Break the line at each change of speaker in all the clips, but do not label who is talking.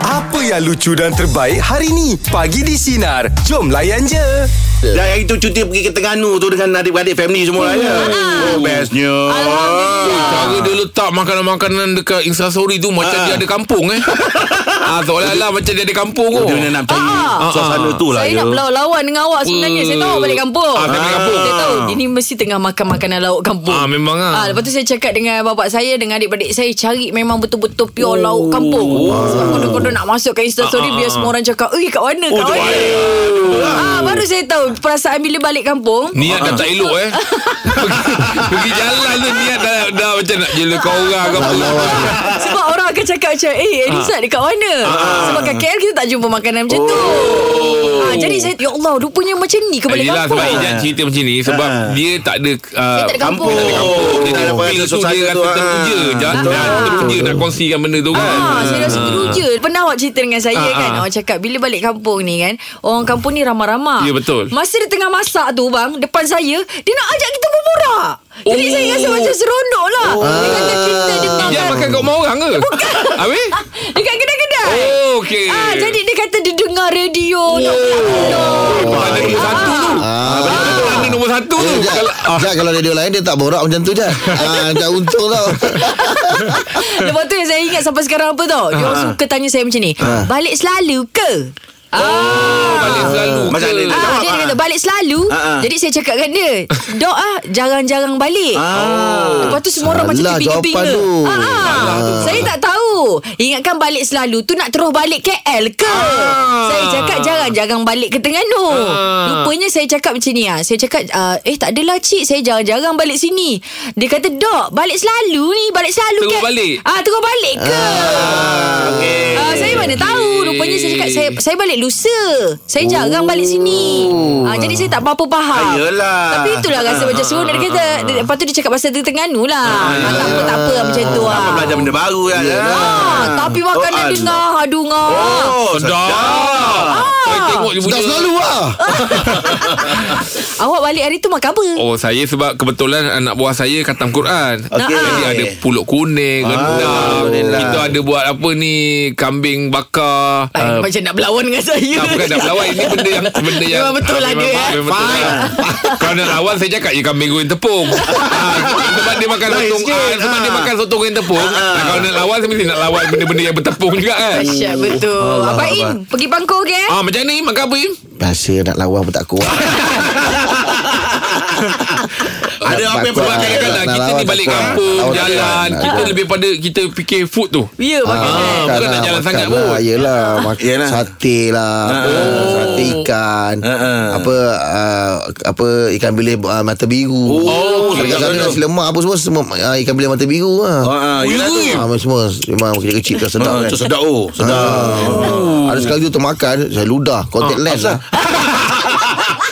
Apa yang lucu dan terbaik hari ni? Pagi di Sinar. Jom layan je.
Dah hari tu cuti pergi ke Terengganu tu dengan adik-adik family semua lah ya. Oh bestnya.
Hmm. Ah. Alhamdulillah.
Cara dia letak makanan-makanan dekat Instastory tu Macam
Ah.
dia ada kampung eh Ah, Seolah-olah macam dia ada kampung
Oh,
kot
Dia mana nak cari
Ah.
suasana tu lah
Saya
ya.
nak lawan dengan awak sebenarnya. Saya tahu awak balik kampung.
Ah, saya balik kampung.
Saya tahu. Ini mesti tengah makan makanan laut kampung.
Ah, memang ah.
lepas tu saya cakap dengan bapak saya, dengan adik-adik saya, cari memang
Oh.
betul-betul pure laut kampung. Sebab kodoh-kodoh nak masuk kat
Ah,
Instastory, biar semua orang cakap, Eh, kat mana?
Oh,
Kat mana? Ah, baru saya tahu perasaan bila balik kampung.
Niat dah tak elok eh pergi, pergi jalan tu Niat dah, dah macam nak jela kau orang ke apa.
Ah, Sebab orang akan cakap macam Eh
Ah.
Rizal dekat mana Sebab kat KL kita tak jumpa makanan macam tu ha, Jadi saya Ya Allah rupanya macam ni ke
Ah,
balik
Oh. Yelah
kampung
sebab Ijan cerita macam ni Sebab
Ah.
dia tak ada uh,
tak ada kampung.
Dia tak ada kampung Dia
Dia
tak ada
dapat rasa
feel tu Dia
suasana tu,
rasa
ah.
terpuja Jangan
Ah.
terpuja nak kongsikan benda tu kan
Ah, saya rasa teruja Pernah awak cerita dengan saya
Ah,
kan
ah.
Awak cakap Bila balik kampung ni kan Orang kampung ni ramah-ramah
Ya, betul.
Masa dia tengah masak tu bang Depan saya Dia nak ajak kita berborak Jadi
Oh.
saya rasa macam seronok lah Dia kata kita Dia
Ijan
makan
makan kat rumah orang ke? Bukan Habis?
Dekat kedai-kedai
Oh okay
Ah, jadi dia kata dia dengar radio oh.
Ah.
Ada nombor satu tu Ah, Ada nombor satu tu
Jat,
Ah.
Jat kalau radio lain Dia tak borak macam tu Jat ah, Jat untung tau
Lepas tu yang saya ingat sampai sekarang apa tau
Ah.
Dia orang suka tanya saya macam ni Balik selalu ke? Ah,
Oh, Balik selalu
Macam
ke?
ada-
ah, dia, dia kata balik selalu
Ah, ah.
Jadi saya cakap dengan dia Dok ah Jarang-jarang balik Oh. Lepas tu semua orang macam
Salah
keping-keping
jawapan
ke
tu.
ah, ah. Saya tak tahu Ingatkan balik selalu Tu nak terus balik KL ke Saya cakap jarang-jarang balik ke Terengganu Rupanya saya cakap macam ni ah. Saya cakap ah, Eh tak adalah cik Saya jarang-jarang balik sini Dia kata Dok balik selalu ni Balik selalu
Terus
ke
balik.
ah, Terus balik ke
Okey.
Ah, saya mana tahu Rupanya saya cakap Saya, saya balik lusa Saya jarang balik sini ah, Jadi saya tak apa-apa faham
Ah, yelah.
Tapi itulah rasa macam seronok Dia kata dia- Lepas tu dia cakap Pasal Terengganu lah ah, Tak apa tak apa Macam tu lah
Apa belajar benda baru lah.
ah, Tapi makanan
Oh,
oh, dengar Aduh ngah
Oh,
Sedap
Ah.
Saya tengok dia
Tak
punya
selalu lah
Awak balik hari tu makan apa?
Oh saya sebab kebetulan anak buah saya khatam Quran.
Ah. Okey. Ah,
Jadi
ah.
ada pulut kuning, rendang.
Alhamdulillah.
Kita ada buat apa ni kambing bakar. Uh,
Ay, macam nak berlawan dengan saya
tak bukan dah lawan ini benda yang benda yang Ah,
Memang betul lah
memang-
dia, eh.
memang betul lah. Kerana awal saya cakap ya kambing goreng tepung. Ah, sebab dia makan
Lain
sotong
sikit.
ah, sebab dia
Ah.
makan sotong goreng tepung. Nah, kalau nak lawan saya mesti nak lawan benda-benda yang bertepung juga kan.
Asyik betul
Allah,
Abang Im
Abang.
Pergi pangkau ke eh?
Ah macam ni makan apa Im?
Rasa nak lawan pun tak kuat
Ah,
Ada
Nak
apa yang
bakar,
perlu
Ah,
kadang-kadang
nak
Kita
lawan
ni balik
tak kuat.
kampung
Lawan tak kuat.
Jalan Kita
Nak
lebih pada Kita fikir food tu
Ya makanan
Ah, bukan nak jalan sangat pun.
lah, Yelah
Ah.
mak-
Yelah.
Sate lah apa, Sate ikan
Ah.
Apa ah, Apa Ikan bilis ah, mata biru
Oh,
Dekat sana nasi lemak apa semua, semua ah, Ikan bilis mata biru lah
Ah, ah, yelah tu.
Ah, semua memang kecil-kecil kan sedap
Ah,
kan.
tu sedap oh, sedap.
Ah. Ada sekali tu termakan Saya ludah
Ah.
Contact lens lah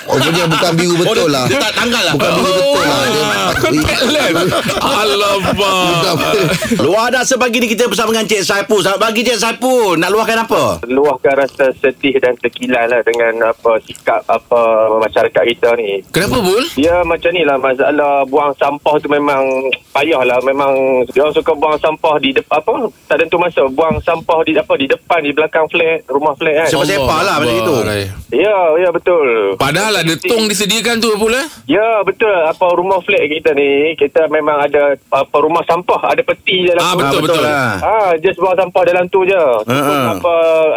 Oh punya bukan biru betul lah
Oh,
Dia tak tanggal lah. ah.
Bukan biru betul lah Dia
Ah. Contact lens Alamak
Luar dah sepagi ni kita bersama dengan Cik Saipul. Selamat pagi Cik Saipul. Nak luahkan apa?
luahkan rasa sedih dan terkilan lah dengan apa sikap apa masyarakat kita ni.
Kenapa Bul?
Dia macam ni lah masalah buang sampah tu memang payah lah. Memang dia orang suka buang sampah di depan apa tak tentu masa buang sampah di apa di depan di belakang flat rumah flat kan.
Siapa- Sepak-sepak lah macam itu.
Ya ya betul.
Padahal ada tong disediakan tu Bul eh
Ya betul apa rumah flat kita ni kita memang ada apa rumah sampah ada peti dalam
Ah,
tu.
betul, betul.
lah.
Ah, just buang sampah dalam tu je.
ah.
Apa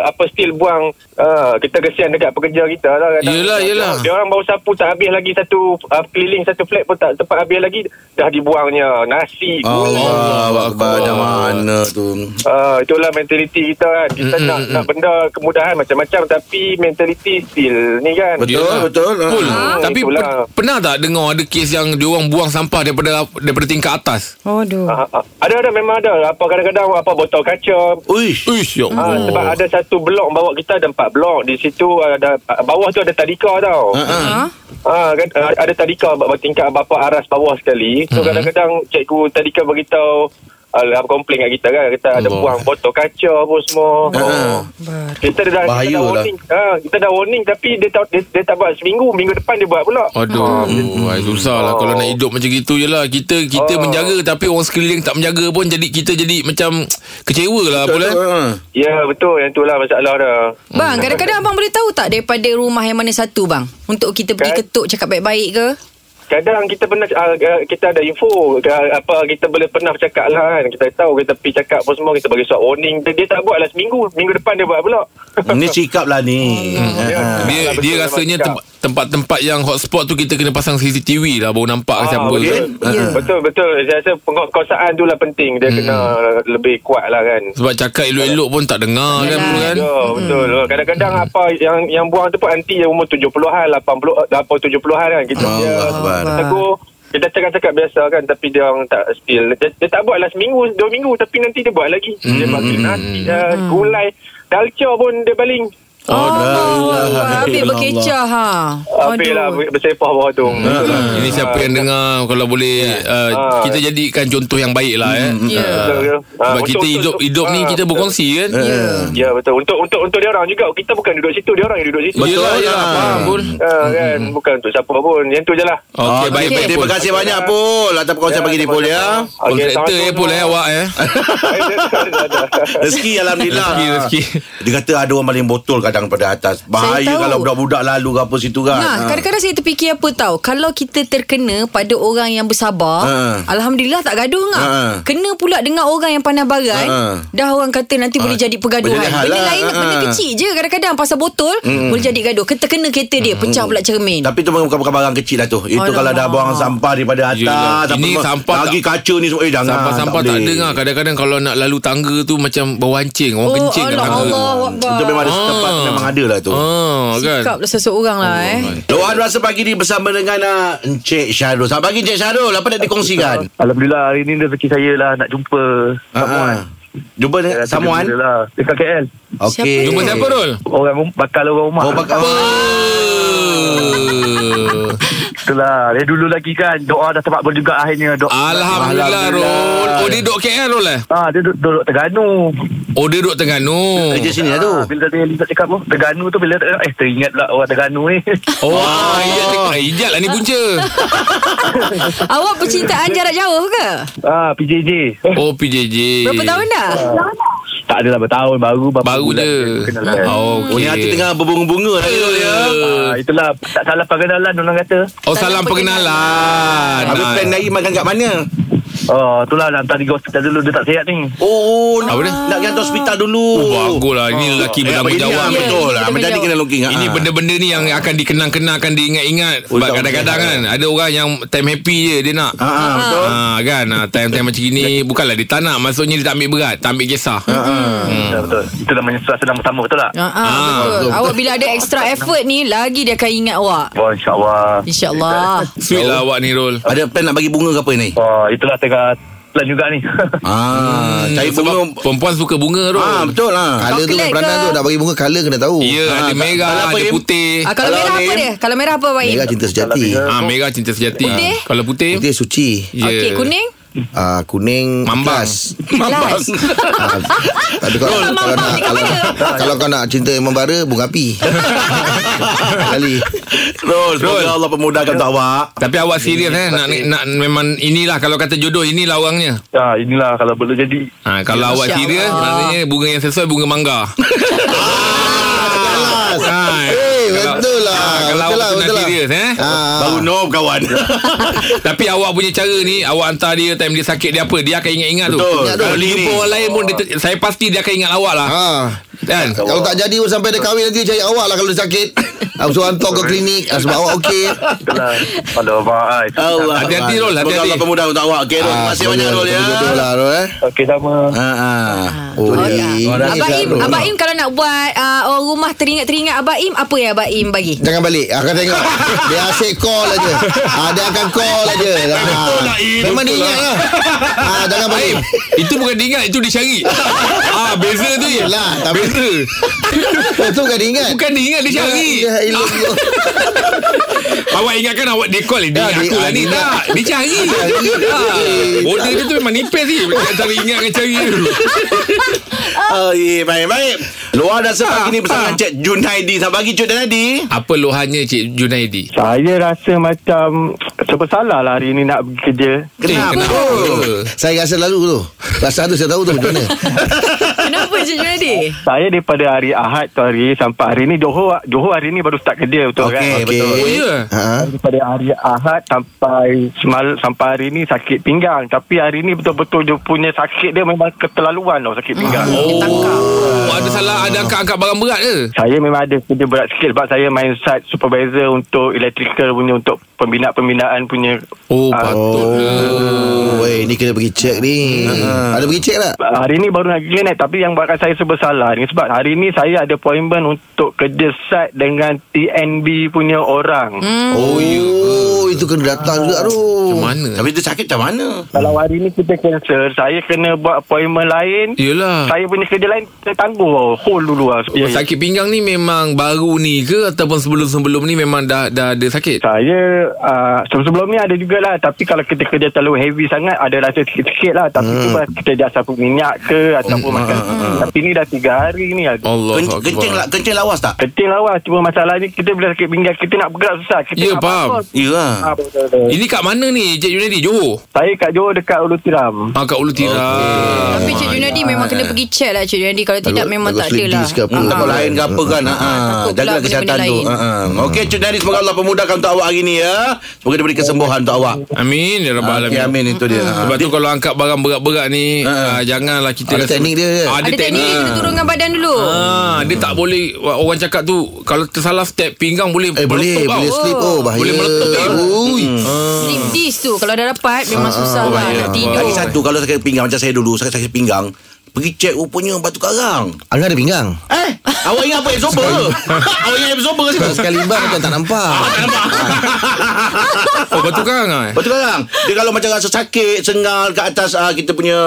apa still buang ah, kita kesian dekat pekerja kita lah. Kadang-
Yelah, yelah.
Dia orang baru sapu tak habis lagi satu ah, keliling satu flat pun tak sempat habis lagi dah dibuangnya nasi.
Ah, Allah Akbar Dah mana tu
Ah, itulah mentaliti kita kan. Kita nak nak benda kemudahan macam-macam tapi mentaliti still ni kan.
Betul
Yelah.
betul
Bul
Ah,
Tapi
itulah.
pe- pernah tak dengar ada kes yang Diorang buang sampah daripada daripada tingkat atas?
Aduh
Ah, ah. ada ada memang ada. Apa kadang-kadang apa botol kaca,
Uish
Uish ya
Ah,
Hmm.
sebab
Allah
ada satu blok bawah kita ada empat blok di situ ada bawah tu ada tadika tau.
Ha?
Ah kan, ah,
Hmm.
ada tadika bab- tingkat bapa aras bawah sekali. So kadang-kadang cikgu tadika beritahu uh, komplain kat kita kan kita ada
Allah.
buang botol kaca pun semua
Ah.
kita dah, kita
Bahaya
dah
lah.
warning ha, kita dah warning tapi dia tak dia, dia tak buat seminggu minggu depan dia buat pula
Oh.
Aduh,
Ah.
wah, susah lah kalau nak hidup macam gitu je lah. Kita kita
Oh.
menjaga tapi orang sekeliling tak menjaga pun jadi kita jadi macam kecewa lah boleh.
Ah.
ya betul yang itulah masalah dah Hmm.
Hmm.
Bang, kadang-kadang abang boleh tahu tak daripada rumah yang mana satu bang? Untuk kita pergi
Kan?
ketuk cakap baik-baik ke?
Kadang kita pernah uh, kita ada info uh, apa kita boleh pernah bercakap lah kan kita tahu kita pergi cakap apa semua kita bagi surat warning dia, dia tak buat lah seminggu minggu depan dia buat pula
ah.
Ni sikap lah ni.
Ya.
Dia
Ah, betul
dia
memang
rasanya
cakap.
tempat- tempat-tempat yang hotspot tu kita kena pasang CCTV lah baru nampak siapa.
Ah, betul.
Ah,
Ya.
betul betul saya rasa pengkosaan tu lah penting dia kena lebih kuat lah kan
Sebab cakap elok-elok pun tak dengar kan
Yalah.
dulu kan.
Ya, betul. Kadang-kadang apa yang yang buang tu pun anti yang umur 70-an, 80 apa 70-an kan
Ah,
kita dia
Allah Akbar. Ah,
Ah.
tegur kita cakap-cakap biasa kan tapi dia orang tak spill. Dia, dia tak buat lah seminggu, dua minggu tapi nanti dia buat lagi.
Hmm,
Dia pakai nasi, uh, gulai, dalca pun dia baling.
Oh,
Allah. Allah.
habis berkecah ha.
Habis lah
Aduh. Ya,
bersepah bawah tu.
Hmm. Ini siapa yang dengar kalau boleh uh,
Ah.
kita jadikan contoh yang baik lah eh.
Ya.
Ah.
Ya.
Sebab
Ah,
kita
untuk-
hidup
untuk-
hidup ni
ah,
kita berkongsi kan.
Eh.
Ah.
Ya betul. Untuk untuk untuk dia orang juga. Kita bukan duduk situ, dia orang yang duduk situ.
Betul lah, Hmm, ya,
lah.
faham pun.
Ah, kan bukan untuk siapa pun. Yang tu je lah.
Okey,
Ah,
baik-baik
Terima
pun.
kasih banyak Pul Atas perkongsian pagi ni Pul
Ah,
ya
Kontraktor eh pun eh awak eh.
awak.
Rezeki Alhamdulillah
Rezeki, rezeki.
Dia kata ada orang maling botol Kadang pada atas Bahaya
Saya tahu.
kalau budak-budak lalu ke apa situ kan
Nah,
Ah.
kadang-kadang saya terfikir apa tahu Kalau kita terkena pada orang yang bersabar
Ha.
Alhamdulillah tak gaduh ngak
Ha.
Kena pula dengan orang yang pandai barai
Ha.
Dah orang kata nanti boleh jadi pergaduhan
Boleh
Benda
lahat lah.
lain,
Ha.
benda kecil je Kadang-kadang pasal botol Boleh jadi gaduh Terkena kereta dia Pecah pula cermin
Tapi tu bukan bukan barang kecil lah tu. Itu
Alamak.
kalau dah buang sampah daripada
Yelah.
atas.
Ini sampah
Lagi
tak-
kaca ni semua. Eh jangan.
Sampah-sampah tak,
boleh.
dengar Kadang-kadang kalau nak lalu tangga tu Macam bau hancing Orang
Oh
kencing kat
Allah
tangga tu
Allah
Itu memang ada
Ah.
tempat memang ada lah tu.
Ah, kan
Sikap lah seseorang lah
Oh,
eh
Luar rasa pagi ni bersama dengan uh, Encik Syarul. Selamat pagi Encik Syarul. Apa nak dikongsikan?
Alhamdulillah hari ni rezeki saya lah nak jumpa
Ha, ha. Jumpa
Saya
dengan
rasa
Samuan.
gembira Lah. Dekat KL.
Okey.
Jumpa siapa Rul?
Orang rum- bakal orang rumah.
Oh, bakal.
Eh,
Itulah. Dia dulu lagi kan doa dah terpakbul juga akhirnya. Doa.
Alhamdulillah Rul Oh dia duduk KL Rul eh?
Ah, dia duduk, duduk Terengganu.
Oh dia duduk Terengganu
Kerja sini lah tu.
Ah, bila dia Lizard cakap pun, Terengganu tu bila eh teringat lah orang Terengganu ni.
Oh ah, Ijat cakap eh, Ijat lah ni punca
Awak percintaan jarak jauh ke?
ah, PJJ.
Oh PJJ
Berapa tahun dah?
tak adalah bertahun baru berapa
Baru
bulan
je
dia Kenalan.
Oh,
Oh, ni hati
okay.
tengah berbunga-bunga lah Syarul ya.
Ah, itulah tak salah perkenalan orang kata.
Oh salam perkenalan
Habis
Nah.
plan dari makan kat mana?
Oh, itulah nak hantar pergi hospital dulu dia tak sihat ni.
Hmm.
Oh,
Apa dia?
nak, nak pergi hantar hospital dulu.
Oh, Bagus lah Ini lelaki bertanggungjawab
jawab
Ya,
Betul lah.
kita
Macam ni
berjawab.
kena looking.
Ini
ah.
benda-benda ni yang akan dikenang-kenang Akan diingat-ingat
Oh,
Sebab
tak
kadang-kadang
boleh.
kan Ada orang yang time happy je Dia nak
Ah, ah, betul.
Ah, kan ah, Time-time macam gini Bukanlah dia tak nak Maksudnya dia tak ambil berat Tak ambil kisah
Ah,
Betul, betul. Itu namanya surat senang bersama betul tak?
Ha, ah, betul. Awak bila ada extra effort ni Lagi dia akan ingat awak
Oh, insyaAllah.
InsyaAllah
Sweet lah awak ni Rul
Ada plan nak bagi bunga ke apa ni?
Oh, itulah tengah plan juga ni.
Ah,
Hmm,
cari
Hmm, Sebab
bunga.
perempuan suka bunga Rul
Ah, betul lah.
Colour tu Coklat kan peranan ke? tu, nak
bagi bunga color kena tahu.
Ya ada merah
Oh, tak apa,
Ada
Im.
putih
ah, Kalau merah apa dia? Kalau merah apa baik?
Merah kan cinta sejati.
Ah merah cinta sejati Ah,
Putih?
Kalau putih
Putih suci.
ya.
Okey kuning
Ah, kuning
Mambang.
ikhlas.
Mampang
Ah, Tapi kalau,
Mambang
kalau nak
dekat
kalau, kalau kau nak cinta yang membara bunga api. Kali.
Rol,
Semoga
Rol.
Allah pemudahkan untuk awak.
Tapi awak serius eh nak, nak memang inilah Kalau kata jodoh inilah orangnya
ah, inilah kalau boleh jadi.
ha,
Ya,
Kalau awak
Masya
serius
Ah.
Allah.
Maknanya bunga yang sesuai bunga mangga
Jelas.
Ah,
Eh,
kalau-
betul lah.
Ah,
Betul
Kalau awak
lah,
tu nak
betul lah.
serius eh
Ah.
Baru no kawan.
Tapi awak punya cara ni Awak hantar dia Time dia sakit dia apa Dia akan ingat-ingat tu
Betul.
Kalau dia
Kali
jumpa
ni.
orang lain pun dia, ter- Saya pasti dia akan ingat awak lah
Ha.
Kan
Kalau tak jadi pun sampai dia kahwin nanti cari awak lah kalau dia sakit. Aku suruh hantar ke klinik ah, sebab awak okey.
Itulah. Kalau baik.
Allah.
Hati-hati, Rol,
Semoga
hati-hati.
Allah pemudahkan untuk awak. Okay, Rol. Eh, Terima
Ah,
kasih banyak
semoga
Rol ya.
betul-betul
lah Rol eh.
Okey, sama.
Ha ah.
Oh,
Oh,
ya.
ni.
Abang Im, Abang Im kalau nak buat uh, orang rumah teringat-teringat Abang Im, apa yang Abang Im bagi?
Jangan balik Akan tengok Dia asyik call aja ha, Dia akan call aja ha. Memang dia ingat lah ha, Jangan balik
Baim Itu bukan diingat Itu dicari Ah Beza tu je
Yelah, tapi-
Beza
Itu Oh, bukan dia ingat
Bukan diingat dia cari
Ya, ilah.
Awak ingatkan awak Dia call Dia
Ya,
ingat
dia-
aku
ah,
lah ni
dia nak-
Tak Dia cari
cari.
Ah, Order dia tu memang nipis ni Antara ingat dengan cari tu
Oh, yeah, baik-baik. Luar dah
Ah,
pagi ni bersama Encik Junaidi. Selamat pagi, Cik Junaidi.
Apa lohannya Cik Junaidi
Saya rasa macam Sebesalah lah hari ni nak pergi kerja
Kenapa? Kenapa?
Saya rasa lalu tu Rasa tu saya tahu tu macam mana
Kenapa Cik Junadi?
Saya daripada hari Ahad tu hari Sampai hari ni Johor Johor hari ni baru start kerja Betul kan
Eh,
Okey, betul.
Oh ya
ha?
daripada hari Ahad sampai semal, sampai hari ni sakit pinggang tapi hari ni betul-betul dia punya sakit dia memang keterlaluan tau sakit pinggang
Oh Ada salah Ada angkat-angkat barang berat ke
saya memang ada kerja berat sikit sebab saya main side supervisor untuk electrical punya untuk pembinaan-pembinaan punya
Oh
Ah.
Oh Weh ni kena pergi cek ni Ada pergi cek tak?
hari ni baru nak pergi naik tapi yang buatkan saya sebersalah ni sebab hari ni saya ada appointment untuk kerja side dengan TNB punya orang
Hmm.
Oh, Itu kena datang juga tu
Macam mana
Tapi dia sakit macam mana?
kalau hari ni kita cancel saya kena buat appointment lain
Hmm.
Yelah
saya punya kerja lain tertangguh tau hold dulu lah
Oh, Sakit pinggang ni memang baru ni ke Ataupun sebelum-sebelum ni Memang dah dah ada sakit
Saya uh, sebelum-sebelum ni ada jugalah Tapi kalau kita kerja terlalu heavy sangat Ada rasa sikit-sikit lah Tapi hmm. tu lah kita dah sapu minyak ke Ataupun hmm. makan hmm. Tapi ni dah tiga hari ni lah
Allah
Ken- Kencing, la- kencing lawas tak?
Keting lah wah Cuma masalahnya kita bila sakit pinggang Kita nak bergerak susah kita
Ya,
nak
faham.
bangun.
Ya lah.
Ah, betul, betul.
Ini kat mana ni Cik Junedi Johor
Saya kat Johor dekat Ulu Tiram
Ha kat Ulu Tiram Ah,
Tapi Cik Junadi memang kena pergi check lah Cik Junadi Kalau tidak memang tak ada lah
ke apa
Hmm,
Takut
Takut
lain
lain ke apa kan ha, ha.
ah, Takut pula
Jaga kesihatan
benda-benda
tu
lain.
ha, ha. Okey Cik Dari Semoga Allah pemudahkan untuk awak hari ni ya Semoga dia beri kesembuhan untuk awak
Amin Ya Rabbal
Okey
Alamin
amin itu dia ha.
Sebab tu kalau angkat barang berat-berat ni
Ha.
uh, Janganlah kita
Ada teknik dia ke?
Ada,
Ada teknik dia kena turunkan badan dulu
Ah, dia tak boleh orang cakap tu kalau tersalah step pinggang boleh
Eh boleh
meletup tau.
Boleh slip Oh bahaya
Boleh meletup tau.
Ui.
Sleep disc tu Kalau dah dapat Memang susah lah nak tidur
Lagi satu kalau sakit pinggang macam saya dulu sakit sakit pinggang pergi cek rupanya batu karang.
Angah ada pinggang
Eh, awak ingat apa absorber? awak ingat absorber ke situ?
Kalau sekali bang Macam tak nampak
Oh batu karang ah.
Batu karang. Dia kalau macam rasa sakit, sengal kat atas ah, kita punya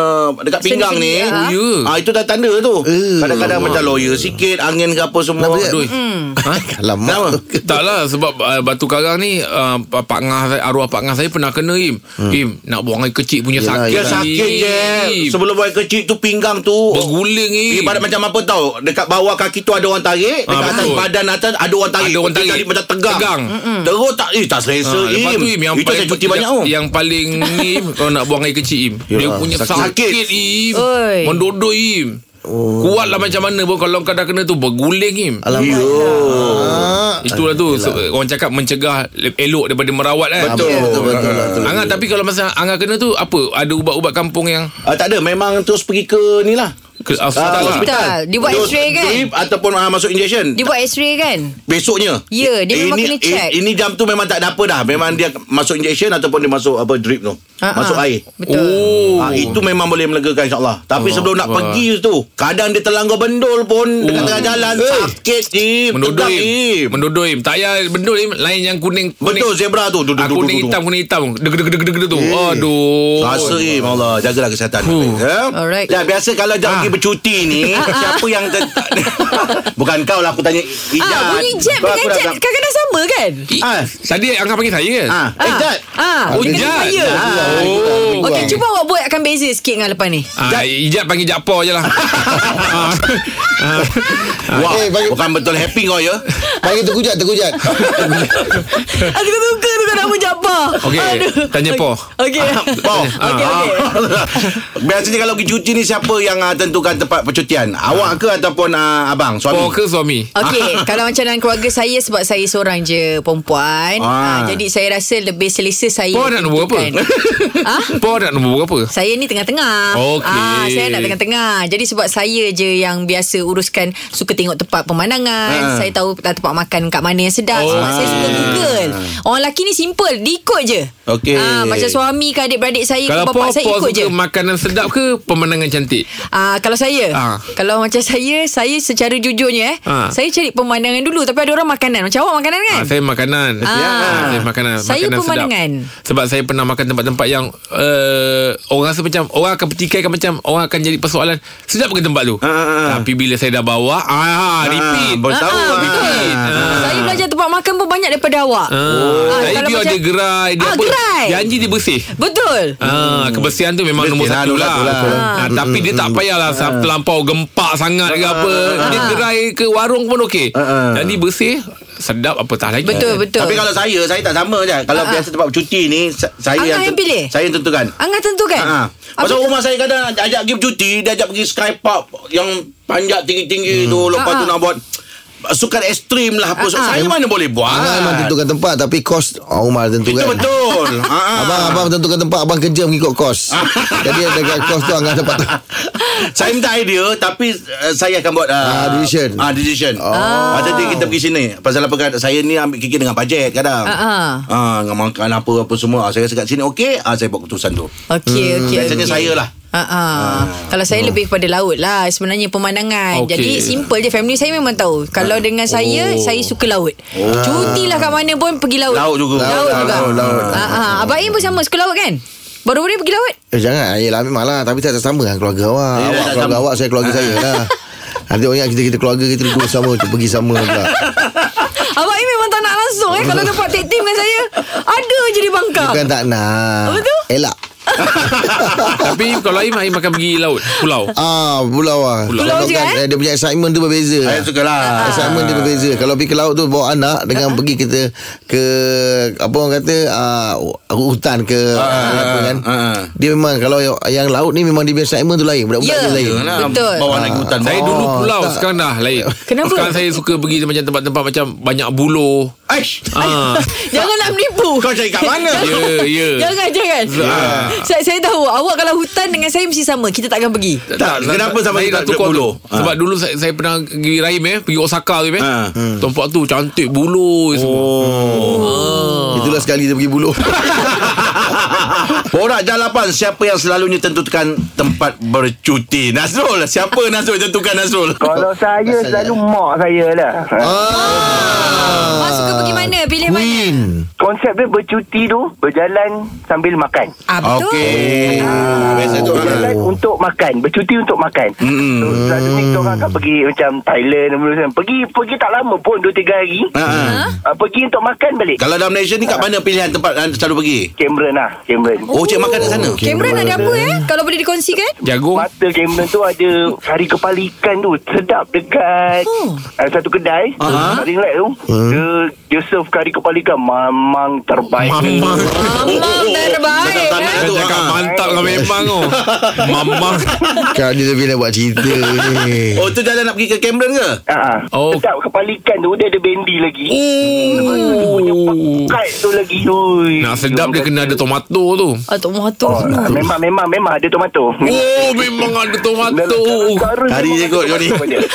dekat pinggang ni.
Sendi-sendi,
ah. Oh, ya.
Ah itu dah tanda tu.
Eh.
Kadang-kadang macam lawyer sikit, angin ke apa semua.
Kenapa dia?
Aduh. Ha?
Alamak
Kenapa?
Tak lah sebab uh, batu karang ni uh, Pak Ngah saya, arwah Pak Ngah saya pernah kena Im. Hmm. Im nak buang air kecil punya
Yelah,
sakit.
Dia sakit je
Im.
Sebelum buat kecil tu Pinggang tu
Berguling Im.
Ibarat macam apa tau Dekat bawah kaki tu Ada orang tarik Dekat
Ah,
atas
betul.
badan atas Ada orang tarik
Ada orang
Dia
tarik.
jadi Macam tegang,
Tegang.
Terus tak Eh tak selesa
Ah, lepas
Im.
tu Im yang
Itu saya
paling
cuti banyak tau
yang, yang paling ni Im, kalau nak buang air kecil Im. Dia
Yalah,
punya
sakit.
sakit, sakit Im.
Oi.
Mendodoi Im. Oh. Kuatlah macam mana pun kalau kadang kena tu berguling Im.
Alamak Ah.
Itulah tu se- orang cakap mencegah le- elok daripada merawat kan.
Betul.
Betul Betul betul, betul.
Angah tapi kalau masa Angah kena tu apa? Ada ubat-ubat kampung yang
Ah, Tak ada Memang terus pergi ke ni lah
ke hospital lah.
hospital. Dia buat
Terus
X-ray kan?
drip Ataupun ah, masuk injection
Dia buat x-ray kan
Besoknya
Ya, dia memang kena check.
eh, Ini jam tu memang tak ada apa dah Memang dia masuk injection Ataupun dia masuk apa drip tu
Ah,
Masuk
ah.
air
Betul
Oh.
Ah, itu memang boleh melegakan insyaAllah Tapi
Allah
sebelum nak
Akbar.
pergi tu Kadang dia terlanggar bendul pun Dekat
Oh.
tengah jalan Sakit Im
Mendodoi
Tegang,
Im.
Im.
Mendodoi Im. Tak payah bendul Im. Lain yang kuning. kuning.
Betul zebra tu du, du,
Ah,
du, du, du, du.
kuning hitam, kuning hitam. Deg deg deg deg deg tu. Aduh.
Rasa Im Allah Jagalah kesihatan
Oh. Huh.
ya?
Alright.
Dah, Biasa kalau
Ah.
jam pergi bercuti ni Siapa yang ter... Bukan kau lah aku tanya Ijat
Ah, bunyi jab
Kau-
dengan
aku dah-
jab Kadang-kadang sama kan
Eh,
Ah.
Tadi Angah panggil saya ke?
Ah, Eh Jad
Ah,
Oh,
dia kena
Jad.
saya.
Oh.
Okey, cuba awak buat akan beza sikit dengan lepas ni.
Ah, Ijat panggil Japo je lah. Ah. Ah.
Wah
Eh, bagi-
Bukan betul happy kau ya
Panggil terkujat Terkujat
Aku suka tu kau nama Jabba.
Okey, Ah, tanya Po.
Okey.
Poh.
Okey,
Ah.
okey.
Ah. Biasanya kalau pergi cuti ni Siapa yang ah, tentukan tempat percutian Awak ke ataupun ah, abang Suami
Po ke suami?
Okey, kalau macam dalam keluarga saya sebab saya seorang je perempuan,
Ah.
ah. jadi saya rasa lebih selesa saya.
Po nak nombor apa?
tentukan. ah? Eh,
Po nak nombor berapa?
Saya ni tengah-tengah.
Okey.
Ah, saya nak tengah-tengah. Jadi sebab saya je yang biasa uruskan suka tengok tempat
Ah.
pemandangan, saya tahu ah, tempat makan kat mana yang sedap. Sebab
Okey.
saya suka Google. Orang lelaki ni simple, diikut je.
Okey.
Ah, macam suami ke adik-beradik saya
Kalau
ke
Po
bapak saya
Po
ikut
suka
je.
makanan sedap ke pemandangan cantik?
Ah, Kalau saya
Ah.
Kalau macam saya Saya secara jujurnya eh
Ah.
Saya cari pemandangan dulu Tapi ada orang makanan Macam awak makanan kan
Ah, saya makanan.
Ah.
Ya, saya makanan.
Saya
makanan
pemandangan.
Sedap. Sebab saya pernah makan tempat-tempat yang uh, orang rasa macam orang akan petikaikan macam orang akan jadi persoalan sedap ke tempat tu.
Ah, ah, ah.
Tapi bila saya dah bawa, ah repeat.
Baru tahu
Ah,
ah.
betul. Saya belajar tempat makan pun banyak daripada awak
Ah,
Ah,
saya
kalau
dia
macam-
ada gerai dia
Ah,
apa.
gerai. Hmm.
Janji dia bersih.
Betul
Ah, kebersihan tu memang
Bersih
nombor
lah,
satu
nombor
lah.
satu lah.
Ah, tapi dia tak payahlah uh, terlampau gempak sangat ke apa. Dia gerai ke warung pun okey. Jadi bersih, sedap apatah lagi.
Betul betul
Tapi kalau saya Saya tak sama je Kalau biasa tempat bercuti ni sa- Saya
Angah yang pilih?
Saya yang tentukan
Angah tentukan
Ha. Pasal
kan? Apa-
rumah saya kadang ajak pergi bercuti, dia ajak pergi sky park yang panjat tinggi-tinggi tu, lepas
Ha,
tu
ha.
nak buat sukan ekstrim lah apa.
Ha, ha.
Saya mana boleh buat.
Angah memang tentukan tempat Tapi kos oh, Umar tentukan
kan?
Itu betul. Ha, ha.
Abang abang tentukan tempat Abang kerja mengikut kos Jadi dekat kos tu Angah dapat tu
saya minta idea tapi uh, saya akan buat
Ah, decision.
Ah, decision. Oh. Pasal dia kita pergi sini. Pasal apa kan saya ni ambil kiki dengan bajet kadang.
Ah, ah.
Ah, dengan makan apa apa semua. Ah, saya rasa kat sini okey, ah, saya buat keputusan tu.
Okey okey
Biasanya
okey.
saya lah.
Ha ah. Kalau saya lebih kepada laut lah sebenarnya pemandangan.
Okey.
Jadi simple je family saya memang tahu. Kalau dengan saya
Oh.
saya suka laut. Cuti lah kat mana pun pergi laut.
Laut juga. Laut,
Laut, juga.
laut, laut.
Ha ah. Abang Im pun sama suka laut kan? Baru baru pergi laut.
Eh jangan Yelah memang lah Tapi tak, tak sama dengan keluarga awak Awak
Ya, tak Ah.
keluarga
sama.
awak Saya keluarga saya lah Nanti orang ingat kita, kita keluarga kita duduk sama Pergi sama pula
Abang Im memang tak nak langsung eh kalau dapat tag team dengan saya. Ada je di Bangka.
Bukan tak nak
Apa tu?
Elak
Tapi kalau Aim Aim akan pergi laut pulau.
Ah, pulau lah
Pulau.
Pulau je, eh?
Dia punya excitement tu
Ya.
berbeza
Saya suka lah.
Assignment dia berbeza Kalau pergi ke laut tu Bawa anak Dengan pergi kita Ke Apa orang kata uh, Hutan ke apa kan
ah.
Dia memang Kalau yang, yang laut ni Memang dia punya assignment tu lain Budak-budak
Ya.
dia lain
Yalah,
Betul. Ah.
Bawa anak pergi hutan.
Saya
Bawa-
dulu pulau
tak.
Sekarang dah lain
Kenapa?
Sekarang saya suka pergi macam tempat-tempat Macam banyak buluh
Aish.
ah.
Jangan nak menipu.
Kau cari kat mana? ah.
Ya ya
Jangan jangan. Saya saya tahu awak kalau hutan dengan saya mesti sama. Kita takkan pergi.
Tak, lah kenapa sama
saya
kita
tak
duduk
tukar
buluh?
buluh? Sebab dulu saya, saya pernah pergi Rahim eh, pergi Osaka tu eh.
Ah.
Tempat tu cantik buluh semua.
Oh.
Itulah sekali dia pergi buluh
Borak Jalapan Siapa yang selalunya tentukan Tempat bercuti Nazrul Siapa Nazrul yang tentukan Nazrul
Kalau saya selalu mak saya lah.
Ah.
Awak suka pergi mana? Pilih mana?
Queen
Konsep dia bercuti tu berjalan sambil makan.
Ah, betul.
Okey Biasa tu
Berjalan
ah.
untuk makan, bercuti untuk makan.
Hmm.
Mm. So, selalu ni kita orang akan pergi macam Thailand apa macam. Pergi pergi tak lama pun 2 3 hari.
Ah, ah.
Uh, pergi untuk makan balik.
Kalau dalam Malaysia ni Kat mana pilihan tempat anda Selalu pergi
Cameron lah, Cameron.
Oh cik makan kat sana
Cameron ada apa eh? Kalau boleh dikongsikan?
Jagung.
Mata Cameron tu ada kari kepala ikan tu sedap dekat
Oh.
oh. satu kedai
Aha. Ha.
uh-huh. ring light tu dia dia serve kari kepala ikan memang terbaik
Mamang.
Mamam terbaik
Sedap
eh?
tanah.
Saya
Tu,
cakap
ah.
mantap kau memang oh. Mamang.
Kau Kan, dia lebih nak buat cerita ni
Oh tu jalan nak pergi ke Cameron ke
Ha.
Oh.
Oh. Sedap kepala ikan tu dia ada bendi lagi.
Oh.
Kat tu lagi. Ui.
Nak sedap dia kena ada tomato tu.
eh? Atuk Muhatu
Oh, memang memang memang ada tomato.
Oh memang ada tomato.
Hari je kot kau ni eh.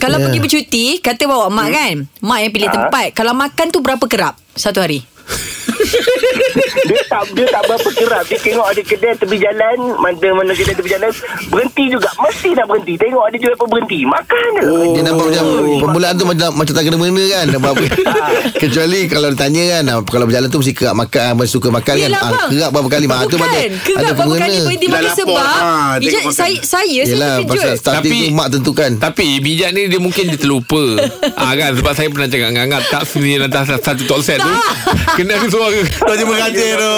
Kalau pergi bercuti Kata bawa mak kan Mak yang pilih
Ah.
tempat Kalau makan tu berapa kerap? Satu hari
Dia tak dia tak berapa kerap. Dia tengok ada kedai tepi jalan, mana-mana kedai tepi jalan, berhenti juga. Mesti nak berhenti. Tengok ada jual apa berhenti. Makan je. Oh.
Dia nampak macam Permulaan tu macam Macam tak kena mengena kan apa-apa. Kecuali kalau ditanya kan ah, Kalau berjalan tu mesti kerap makan Abang suka makan kan
Yelah
Ah,
bang
Kerap berapa kali Ah, tu
Bukan
macam
Kerap berapa
pemengena.
kali Berhenti
Dah
makan
lapor.
sebab
Ah, tengok
Ijaz,
makan.
saya, saya Saya
Yelah pasal
terkejut
starting
Tapi-
tu mak tentukan
Tapi bijak ni dia mungkin dia terlupa. ah kan sebab saya pernah cakap dengan Angah tak sendiri lantas satu talk set tu. Kena aku suara.
Kau Oh, terima kasih tu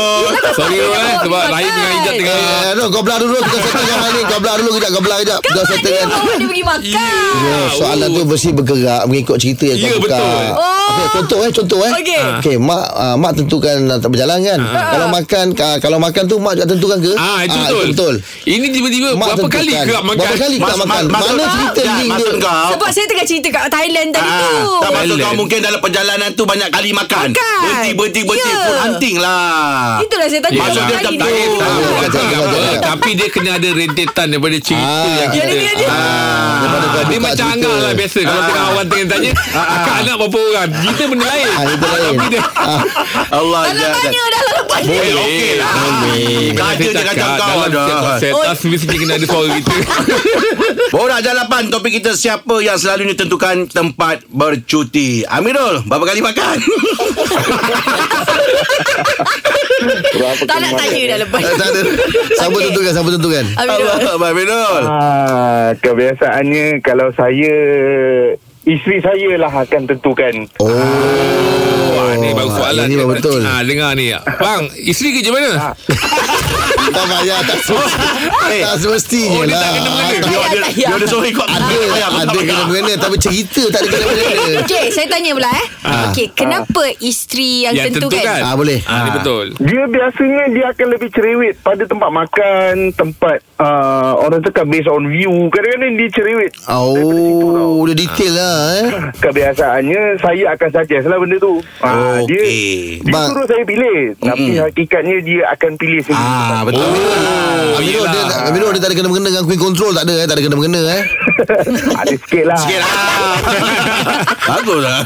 Sorry Rol eh sebab Rahim dengan Ijat tengah
Eh, no, kau belah dulu Kita settlekan hal ni Kau belah dulu kejap Kau belah kejap Kau
Mak dia
settlekan
bawa dia pergi makan
Ya, soalan tu mesti bergerak mengikut cerita yang
Ah, oh. Ya,
kau buka.
betul.
Okey, contoh eh, contoh eh.
Oh. Okey. Ah.
Okey, mak uh, mak tentukan uh, tak berjalan kan. Kalau makan uh, kalau makan tu mak juga tentukan ke?
Ah itu
Ah,
betul.
betul.
Ini tiba-tiba
Mak
berapa
tentukan.
kali kerap makan?
Berapa kali kerap
Mas-
makan?
mas-
Mana
maksud-
cerita
Tak,
link
Maksud
dia?
kau
Sebab saya tengah cerita kat Thailand tadi
Ah,
tu
tak maksud
Thailand.
kau mungkin dalam perjalanan tu banyak kali makan.
Makan.
Berhenti berhenti berhenti
Ya.
yeah. penting lah.
Itulah saya tanya
Maksud dia
tadi
tak
Oh,
tu.
tahu.
Tahu
Betul,
kan
betul,
cakap
betul,
apa.
betul.
Tapi dia kena ada rentetan daripada cerita
Ah.
yang
Ya, dia- dia-
kita
dia.
Ah.
Daripada kau
Dia
buka
macam
cerita.
Angah lah biasa Kalau tengah orang tengah tanya Akak anak berapa orang Kita benda lain
Ah, kita lain.
Tapi dia-
Allah
Kalau
jahat.
tanya dah lah lepas ni.
Eh, okey lah.
Boleh.
Kaca dia kacau kau
Dalam
dah.
setiap
Oi.
konsep Mesti kena ada suara kita
Borak jalapan topik kita siapa yang selalunya tentukan tempat bercuti. Amirul, berapa kali makan?
Berapa
Tak
kali
nak
makan?
tanya dah lepas
Eh, Tak ada. Siapa
Okey.
tentukan, siapa tentukan.
Amirul
Abang Amirul.
Ah, kebiasaannya kalau saya isteri saya lah akan tentukan.
Wah, ni baru
ah,
soalan
ini baru betul.
Ah, Dengar ni Bang, isteri kerja mana?
Tak payah, tak semestinya.
Eh.
Oh, Tak semestinya
Oh, dia
lah.
tak kena mengena.
Dia dia
tak payah.
dia Ah, ada suara ikut
Ada, ada Ah. kena mengena. Tapi cerita tak ada kena mengena.
Okey, saya tanya pula eh.
Ah.
Okey, kenapa isteri yang,
Yang
tentukan?
tentukan.
Ah, boleh.
Ah, ni betul
Dia biasanya dia akan lebih cerewet pada tempat makan, tempat uh, orang cakap based on view. Kadang-kadang dia cerewet.
Oh, dia detail lah eh.
Kebiasaannya saya akan suggest lah benda tu. Ah, dia
Okey.
dia
Bang.
suruh saya pilih. Tapi
Mm-mm.
hakikatnya dia akan pilih sendiri.
Ah, betul.
Oh,
Ah, Amirul dia, tak- Amirul dia tak ada kena mengena dengan Queen Control tak ada eh tak ada kena mengena eh.
Ada sikit lah.
Sikit lah. Bagus lah.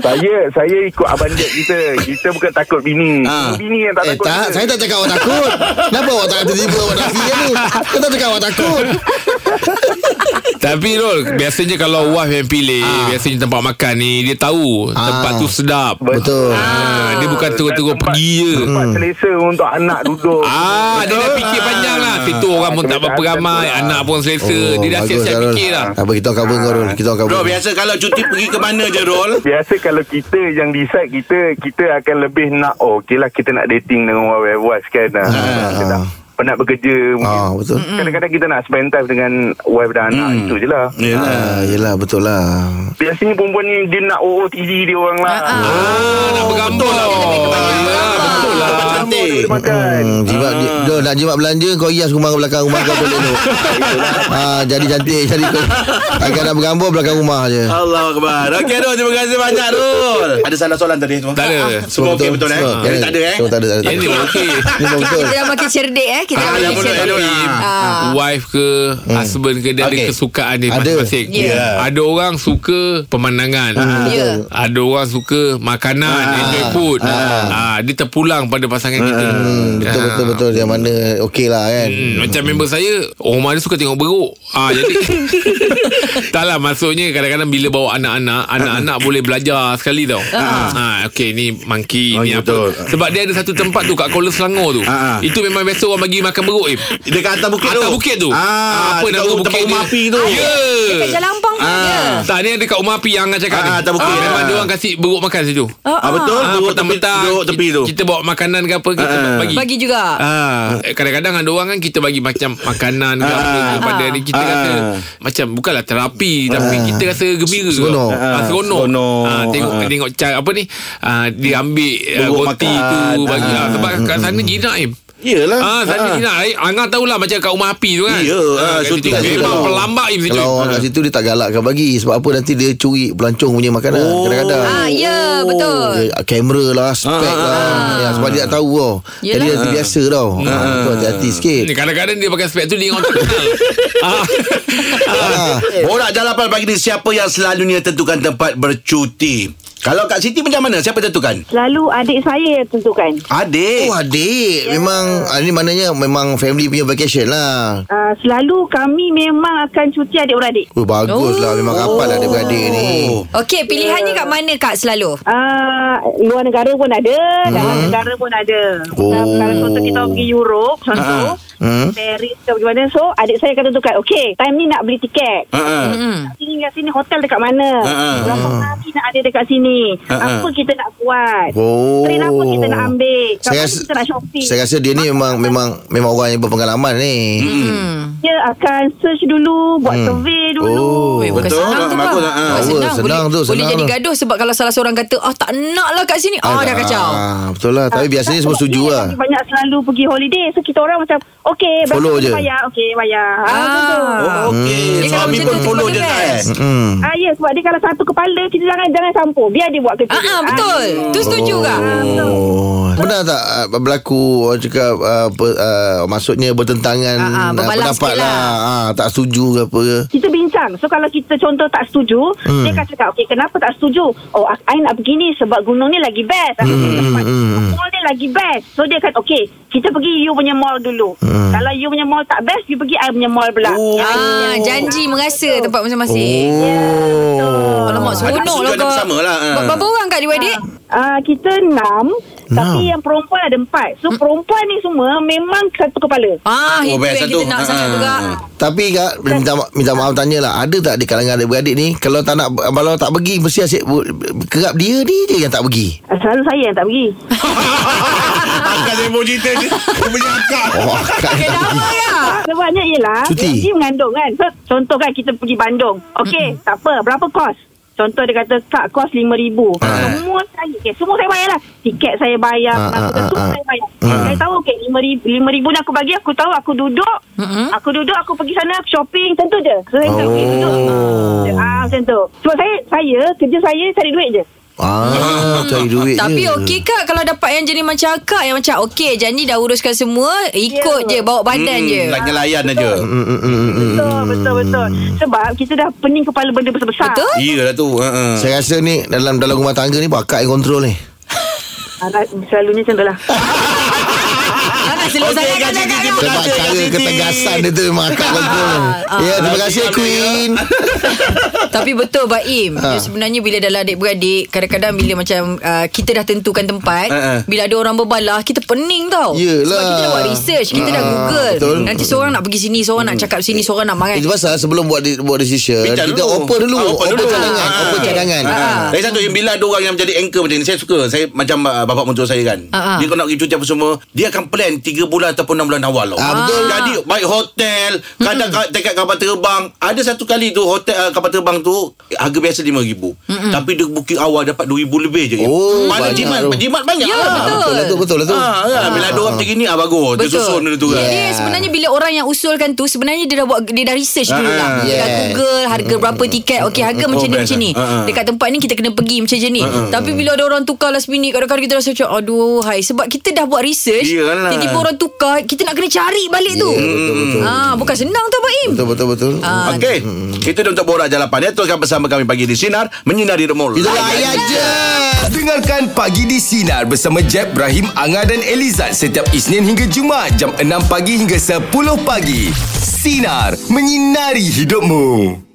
Saya saya ikut abang Jack kita. Kita bukan takut bini.
Ah.
Bini Hmm. yang tak
eh
takut.
tak
kita.
saya tak cakap awak takut. Kenapa awak tak tiba-tiba awak nafikan ni? Kau tak cakap awak takut.
Tapi Rol Biasanya kalau wife yang pilih Biasanya tempat makan ni Dia tahu Tempat tu sedap
Betul.
Ah, Dia bukan terus-terus
tempat-
pergi je
Tempat selesa untuk anak duduk.
Ah, dia dah fikir panjang lah Situ orang pun tak berapa ramai Anak pun selesa Dia dah siap-siap
Arul.
fikir lah
Tak Oh, apa kita cover kau Rul. Kita cover.
Bro, biasa kalau cuti pergi ke mana je, Rol?
Biasa kalau kita yang decide kita kita akan lebih nak oh okeylah kita nak dating dengan orang wife kan. Ah. Kita dah
Hmm.
penat bekerja mungkin.
Ah betul.
Kadang-kadang kita nak spend time dengan wife dan anak
Hmm.
itu je lah.
Yelah.
Ah, yelah betul lah.
Biasanya perempuan ni dia nak OOTD dia orang lah.
Ah, ah.
Ah, nak bergambar Alah, Betul lah
Cantik.
Makan.
Hmm, jimat dia, Rul, nak jimat belanja kau hias rumah kau belakang rumah kau boleh tu. Ah jadi cantik jadi kau. Agak nak bergambar belakang rumah je.
Allah Akbar. Okey, Rol. Terima kasih banyak, Rol. Ada salah soalan tadi semua?
Tak ada
Semua okey betul, eh?
Semua.
Yang tak ada, eh?
Semua tak ada. tak ada.
Yang ni okey
Ni semua betul.
Kita dah makin cerdik eh. Kita dah
Ah, dah
makin
boleh,
cerdik.
dah boleh.
Ah.
Wife ke Husband ke Dia ada
Okey.
kesukaan dia
Ada.
masing-masing
Yeah.
Ada orang suka Pemandangan
Ya.
Ada orang suka Makanan Enjoy food Ah, Dia terpulang pada pasangan kita
Betul
Ah.
betul betul yang mana okey lah kan.
Hmm, macam member saya Orang mana suka tengok beruk ah, Jadi Tak lah maksudnya Kadang-kadang bila bawa anak-anak Anak-anak boleh belajar sekali tau ah, Okay ni monkey
Oh,
ni
ya,
apa
betul.
Sebab dia ada satu tempat tu Kat Kuala Selangor tu
Ah, ah.
Itu memang biasa orang bagi makan beruk eh.
Dekat atas bukit tu.
Atas bukit tu
Ah,
Apa
dekat
nama
rumah-
bukit
tempat rumah api tu.
Ya
Dekat Jalan Ampang pun
Ah.
ada.
Tak ni ada kat rumah api Yang Angah cakap
Ah,
ni
atas bukit.
Memang
Ah.
dia orang kasih beruk makan situ
Ah,
Ah, betul.
Ah,
Duduk tepi,
petang-petang
duduk tepi
kita-
tu.
Kita bawa makanan ke apa Kita
Ah.
bagi
Bagi juga.
Ah, eh, kadang-kadang ada orang kan kita bagi macam makanan ke apa
Ah.
kepada ni kita
Ah.
rasa macam bukanlah terapi tapi kita rasa gembira.
Seronok.
Ah, seronok.
Seronok.
Ah, tengok
Ah.
tengok cara apa ni? Ah, dia ambil ah,
Buruk
roti
makan.
tu bagi
Ah.
ah. sebab kat sana jinak Im.
Yelah.
Ah, sana jinak. Eh, Angah tahulah macam kat rumah api tu kan.
Ya, ah,
kat
syuting
situ.
kat situ.
Memang pelambak Im situ.
Kalau orang kat situ dia tak galakkan bagi sebab apa nanti dia curi pelancong punya makanan oh. kadang-kadang.
Ah, ya, betul.
Dia- Kamera lah, spek lah. Ya, sebab dia tak tahu tau. Jadi
Yelah.
nanti biasa tau. Ha, tu hati-hati sikit.
Ni, Hmm, Kadang-kadang dia pakai spek tu dia orang tak kenal. ah.
Ah,
Borak jalapan pagi ni siapa yang selalunya tentukan tempat bercuti? Kalau Kak Siti macam mana? Siapa tentukan?
Selalu adik saya yang tentukan.
Adik.
Oh adik Memang ah, Ini maknanya Memang family punya vacation lah
Uh, selalu kami memang akan cuti adik-beradik.
Oh bagus lah Memang rapat lah adik-beradik ni
Okey, pilihannya kat mana Kak selalu?
Uh, luar negara pun ada, dalam negara pun ada.
Hmm. Oh.
Uh, Kalau contoh kita pergi Europe, contoh.
Hmm?
Paris ke bagaimana So adik saya akan tentukan Okay time ni nak beli tiket
Ha, ha.
Hmm.
Sini dengan sini hotel dekat
Ah,
mana
Ha, ha.
Berapa hari nak ada dekat sini
Ha, ha.
Apa kita nak buat
Oh.
Train apa kita nak ambil Kat
Saya
mana
rasa-
kita nak shopping
Saya rasa dia ni memang Memang memang orang yang berpengalaman ni
Hmm.
Dia akan search dulu Buat survey dulu
Hmm. Oh
Weh, bukan
betul.
senang tu
Bagus, ah.
bang. Bukan
Bagus, senang
senang. boleh,
tu,
boleh
senang
jadi
tu.
gaduh sebab kalau salah seorang kata, ah tak nak lah kat
Oh,
sini. Ah, dah kacau.
Ah, Betul lah Tapi biasanya semua
Sebab
setuju
dia
lah
Banyak selalu pergi holiday So kita orang macam Okey, berapa
Follow
kita
je.
Bayar. Okey, bayar. Ah, macam tu.
Ah.
Oh, okay. Hmm. Suami
Dia kalau
pun
macam tu
follow
kena
je tak eh?
best.
Hmm.
Ah, ya, sebab dia kalau satu kepala, kita jangan jangan campur. Biar dia buat kerja. ya.
Ah, ah, betul. Tu setuju ke?
Oh. Benar tak uh, berlaku orang cakap uh, apa, uh, maksudnya bertentangan
Ah, ah,
uh,
berbalance
pendapat
sikit
lah.
lah.
Ah, tak setuju ke apa ke.
kita bincang. So kalau kita contoh tak setuju, hmm. dia akan cakap, okay, kenapa tak setuju? Oh, ak- I nak pergi ni sebab gunung ni lagi best.
Hmm,
Aku pergi tempat mall ni lagi best. So dia akan, okay, kita pergi you punya mall dulu.
Hmm.
Kalau you punya mall tak best, you pergi I punya mall pula. Oh.
Ah, janji merasa tempat masing-masing.
Oh.
Alamak,
Ada
seronok lah
tujuan
kau.
bersama lah, ah.
Berapa orang kat di wedding?
Uh, kita enam, tapi yang perempuan ada
Hmm?
empat. So perempuan ni semua memang satu kepala.
Ah,
Oh,
itu
best
yang
satu.
kita nak sangat
Ah.
tu kak.
Tapi kak minta ma- minta maaf tanya lah ada tak di kalangan adik-beradik ni kalau tak nak kalau tak pergi mesti asyik bu- kerap dia ni je yang tak pergi.
Ah, Selalu saya yang tak pergi.
Akak saya mau cerita ni. Dia punya akak.
Oh, kak yang tak pergi.
Kenapa ya?
Ah, Sebabnya ialah
Ah. Cuti.
Dia mengandung kan so, Contoh kan kita pergi Bandung Okey
Hmm.
mm-hmm. tak apa Berapa kos Contoh dia kata Kak kos RM5,000 Semua saya okay, Semua saya bayar lah Tiket saya bayar
Ah,
Aku
ah,
tentu
ah,
saya bayar Saya tahu okay, RM5,000 RM5,000 ni aku bagi Aku tahu aku duduk
Hmm.
Aku duduk Aku pergi sana Aku shopping Tentu je So saya
Oh.
tahu okay, duduk ah, Macam tu Sebab saya Saya Kerja saya cari duit je
Ah, cari duit
Tapi
je.
okey kak kalau dapat yang jenis macam akak yang macam okey janji dah uruskan semua ikut
Ya.
je bawa badan je.
Hmm, Lagi layan aja.
Mm, mm, mm, mm, mm.
Betul Betul betul Sebab kita dah pening kepala Benda besar-besar
Betul?
Iyalah tu. Ha ha.
Saya rasa ni dalam dalam rumah tangga ni pakak yang kontrol ni.
Ah, Selalunya macam tu lah
Jangan selalu
Okey,
saya akan
gaji
cakap
kita
kak.
Sebab
kasih,
cara
Siti.
ketegasan dia tu memang akak kontrol. Ya, terima kasih Queen.
Eh.
Tapi betul Baim ha. Sebenarnya bila dalam adik-beradik Kadang-kadang bila macam uh, Kita dah tentukan tempat
Ha, ha.
Bila ada orang berbalah Kita pening tau Sebab
Yelah.
kita dah buat research Kita dah
Ha,
google
betul.
Nanti seorang nak pergi sini Seorang nak cakap sini Seorang nak makan
Itu pasal sebelum buat de- buat decision
Bincang
kita
dulu.
open dulu,
Ah, open
open
dulu.
cadangan,
Ah,
open
okey.
cadangan. Ah.
Ha. Lagi satu yang bila ada orang yang menjadi anchor macam ni saya suka. Saya macam uh, bapak mentua saya kan.
Ah, ah.
Dia kalau nak pergi cuti apa semua, dia akan plan 3 bulan ataupun 6 bulan awal. tau.
Ah, betul. Hmm.
Jadi baik hotel, kadang mm dekat kapal terbang, ada satu kali tu hotel uh, kapal terbang tu harga biasa RM5,000. Tapi dia booking awal dapat RM2,000 lebih je.
Oh,
Mana
banyak
jimat,
tu.
jimat banyak.
Ya,
lah.
betul.
Betul lah tu, betul lah tu.
Ah, kan? Bila ada orang macam ni ah, bagus. Dia susun dia tu kan.
Jadi sebenarnya bila orang yang usulkan tu sebenarnya dia dah buat dia dah research dulu lah.
Ah,
Dia dah
yes.
Google harga berapa tiket. Okey harga
Oh,
macam ni
best
macam
lah.
ni.
Ah, ah.
Dekat tempat ni kita kena pergi macam je ni. Tapi bila ada orang tukar last minute kadang-kadang kita rasa macam aduh hai sebab kita dah buat research.
Iyalah.
Tiba-tiba orang tukar kita nak kena cari balik tu.
betul-betul.
Ah bukan senang tu Baim.
Betul betul betul.
Ah,
Okey, itu dia untuk borak jalapan ya. Teruskan bersama kami pagi di Sinar Menyinari Remol.
Kita layan je.
Dengarkan Pagi di Sinar bersama Jeb, Ibrahim, Anga dan Elizad setiap Isnin hingga Jumaat jam 6 pagi hingga 10 pagi. Sinar. Menyinari hidupmu.